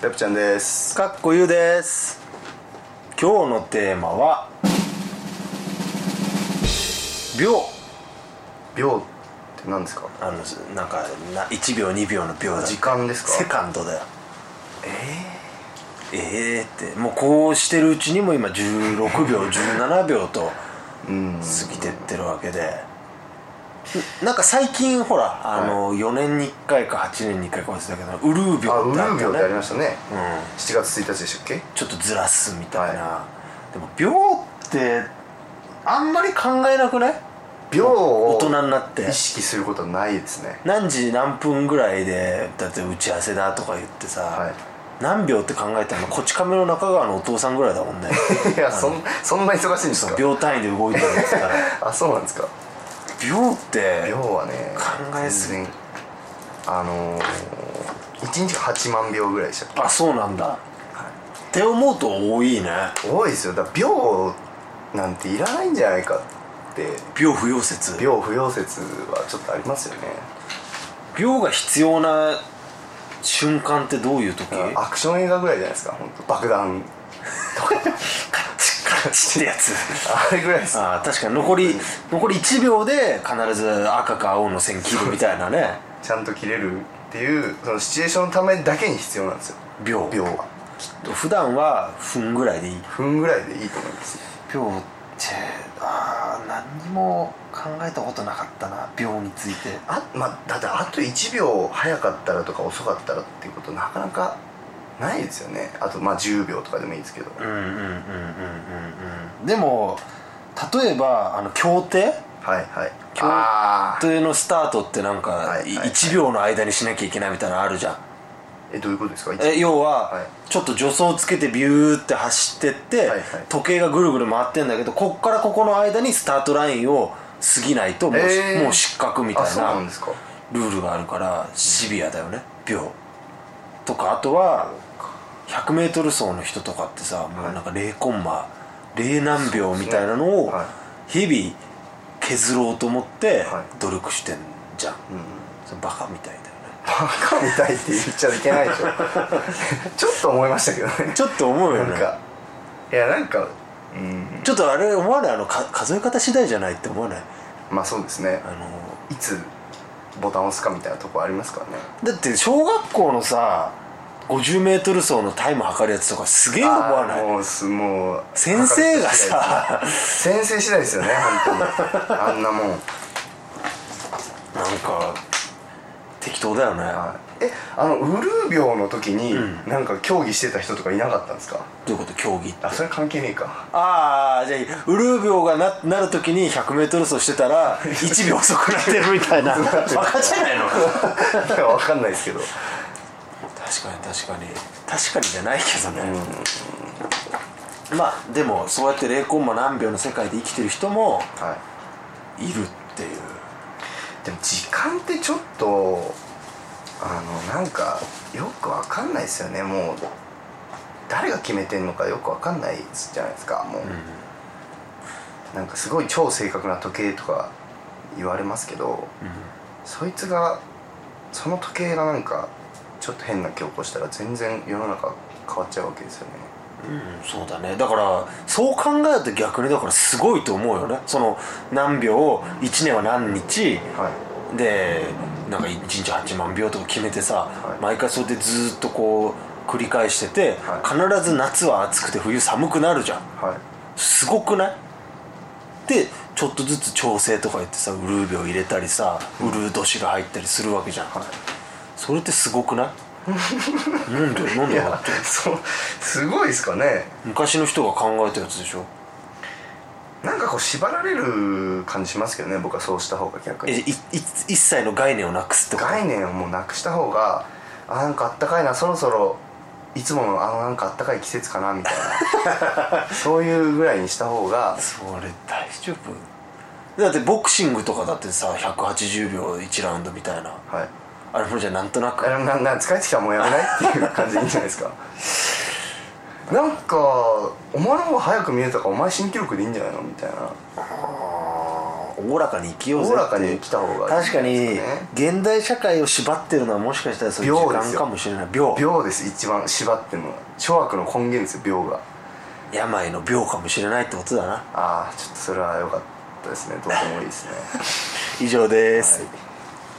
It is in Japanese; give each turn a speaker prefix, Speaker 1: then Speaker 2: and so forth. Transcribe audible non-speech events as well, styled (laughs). Speaker 1: ペプちゃんです
Speaker 2: かっこゆうです今日のテーマは秒
Speaker 1: 秒って何ですか
Speaker 2: あのなんかな1秒2秒の秒だって
Speaker 1: 時間ですか
Speaker 2: セカンドだよえええーってもうこうしてるうちにも今16秒17秒と
Speaker 1: うん
Speaker 2: 過ぎてってるわけでなんか最近ほらあの4年に1回か8年に1回か忘れたけどウルー
Speaker 1: あウ
Speaker 2: 秒って
Speaker 1: ル
Speaker 2: あ
Speaker 1: ー
Speaker 2: った
Speaker 1: 秒
Speaker 2: よ
Speaker 1: ってあり
Speaker 2: ね
Speaker 1: ましたね
Speaker 2: うん
Speaker 1: 7月1日でしたっけ
Speaker 2: ちょっとずらすみたいな、
Speaker 1: は
Speaker 2: でも秒ってあんまり考えなくない
Speaker 1: 秒を
Speaker 2: 大人になって
Speaker 1: 意識することはないですね (laughs)
Speaker 2: 何時何分ぐらいでだって打ち合わせだとか言ってさ、
Speaker 1: は
Speaker 2: 何秒って考えたのこち亀の中川のお父さんぐらいだもんね
Speaker 1: いやそんそんな忙しいんです
Speaker 2: そ
Speaker 1: か
Speaker 2: う秒単位で動いてるんですから
Speaker 1: あそうなんですか
Speaker 2: 秒って
Speaker 1: 秒はね
Speaker 2: 考えすぎ
Speaker 1: 全然あのー、1日8万秒ぐらいでしたっ
Speaker 2: あそうなんだ、って思うと多いね
Speaker 1: け多いですよだから秒なんていらないんじゃないかって
Speaker 2: 秒不要説秒
Speaker 1: 秒不要説はちょっとありますよね
Speaker 2: が必要な瞬間ってどういう時
Speaker 1: アクション映画ぐらいじゃないですか本当爆弾
Speaker 2: カチッってやつ
Speaker 1: あれぐらいです
Speaker 2: ああ確かに残り残り1秒で必ず赤か青の線切るみたいなね
Speaker 1: ちゃんと切れるっていうそのシチュエーションのためだけに必要なんですよ
Speaker 2: 秒
Speaker 1: 秒は
Speaker 2: 普段は分ぐらいでいい
Speaker 1: 分ぐらいでいいと思います
Speaker 2: 秒ってああ何にも考えたことなかったな秒について
Speaker 1: あまあだってあと1秒早かったらとか遅かったらっていうことなかなかないですよねあとまあ10秒とかでもいいですけど
Speaker 2: うんうんうんうんうんうんでも例えばあの協定
Speaker 1: はいはい
Speaker 2: 今日
Speaker 1: ああ
Speaker 2: というのスタートってなんか
Speaker 1: はい
Speaker 2: い
Speaker 1: はいはい
Speaker 2: 1秒の間にしなきゃいけないみたいなのあるじゃん
Speaker 1: えどういうことですか
Speaker 2: え要
Speaker 1: は
Speaker 2: はいちょっと助走つけてビューって走ってって、
Speaker 1: はいはい
Speaker 2: 時計がぐるぐる回ってんだけどこっからここの間にスタートラインを過ぎないともう,、
Speaker 1: えー
Speaker 2: もう失格みた
Speaker 1: あ
Speaker 2: い
Speaker 1: そう
Speaker 2: な
Speaker 1: なんですか
Speaker 2: ルールがあるからシビアだよね秒とかあとは 100m 走の人とかってさもうなんか0コンマ0何秒みたいなのを
Speaker 1: はい
Speaker 2: 日々削ろうと思って
Speaker 1: はい
Speaker 2: 努力してんじゃん、
Speaker 1: うん
Speaker 2: それバカみたいだよね
Speaker 1: バカみたいって言っちゃいけないで
Speaker 2: (laughs)
Speaker 1: しょちょっと思いましたけどね
Speaker 2: ちょっと思うよね
Speaker 1: なんかいやなんかうん
Speaker 2: ちょっとあれ思わないあのか数え方次第じゃないって思わない
Speaker 1: まあそうですね
Speaker 2: あの
Speaker 1: いつボタンを押すかみたいなとこありますからね
Speaker 2: だって小学校のさ 50m 走のタイム測るやつとかすげえ思わ
Speaker 1: あー
Speaker 2: ない
Speaker 1: もうすもう
Speaker 2: 先生がさ
Speaker 1: 先生次第ですよね本当にあんなもん、はい、
Speaker 2: なんか適当だよね
Speaker 1: えあのウルー秒の時に、なんか競技してた人とかいなかったんですか
Speaker 2: どういうこと競技
Speaker 1: あそれ関係ねえか (laughs)
Speaker 2: ああじゃあウルー秒がななるときに 100m 走してたら1秒遅くなってるみたいなバカじゃないの確か
Speaker 1: 分かんないですけど
Speaker 2: に確かに確かにじゃないけどね、まあでもそうやって0コンマ何秒の世界で生きてる人も
Speaker 1: はい
Speaker 2: るっていう
Speaker 1: いでも時間ってちょっとあのなんかよくわかんないですよねもう誰が決めてんのかよくわかんないじゃないですかもう、なんかすごい超正確な時計とか言われますけど、そいつがその時計がなんかちょっと変な気を起こしたら全然世の中変わっちゃうわけですよね
Speaker 2: うんそうだねだからそう考えると逆にだからすごいと思うよねその何秒1年は何日
Speaker 1: はい
Speaker 2: でなんか1日8万秒とか決めてさ、
Speaker 1: はい
Speaker 2: 毎回そうやってずーっとこう繰り返してて、
Speaker 1: は
Speaker 2: 必ず夏は暑くて冬寒くなるじゃん
Speaker 1: はい
Speaker 2: すごくないでちょっとずつ調整とか言ってさウルー秒入れたりさウルー年が入ったりするわけじゃん、それってすごくないなんでなん
Speaker 1: い
Speaker 2: で
Speaker 1: や (laughs) そうすごいですかね
Speaker 2: 昔の人が考えたやつでしょ
Speaker 1: なんかこう縛られる感じしますけどね僕はそうした方が逆に
Speaker 2: えいい一切の概念をなくすってこと
Speaker 1: 概念をもうなくした方があなんかあったかいなそろそろいつものあのなんかあったかい季節かなみたいなそういうぐらいにした方が
Speaker 2: それ大丈夫だってボクシングとかだってさ180秒1ラウンドみたいな
Speaker 1: はい
Speaker 2: あれもじゃあなんとなく
Speaker 1: あなな疲れてきたらもうやめないっていう感じでいいんじゃないですかなんかお前の方が早く見えたからお前新記録でいいんじゃないのみたいな
Speaker 2: あおおらかに生きようぜ
Speaker 1: おおらかに生きた方がいい
Speaker 2: 確かに
Speaker 1: ね
Speaker 2: 現代社会を縛ってるのはもしかしたらそういう
Speaker 1: 秒
Speaker 2: 時
Speaker 1: です
Speaker 2: 間
Speaker 1: よ
Speaker 2: かもしれない病
Speaker 1: 病です一番縛ってんのは諸悪の根源ですよ病が
Speaker 2: 病の病かもしれないってことだな
Speaker 1: ああちょっとそれは良かったですねどうでもいいですね
Speaker 2: 以上です、
Speaker 1: はい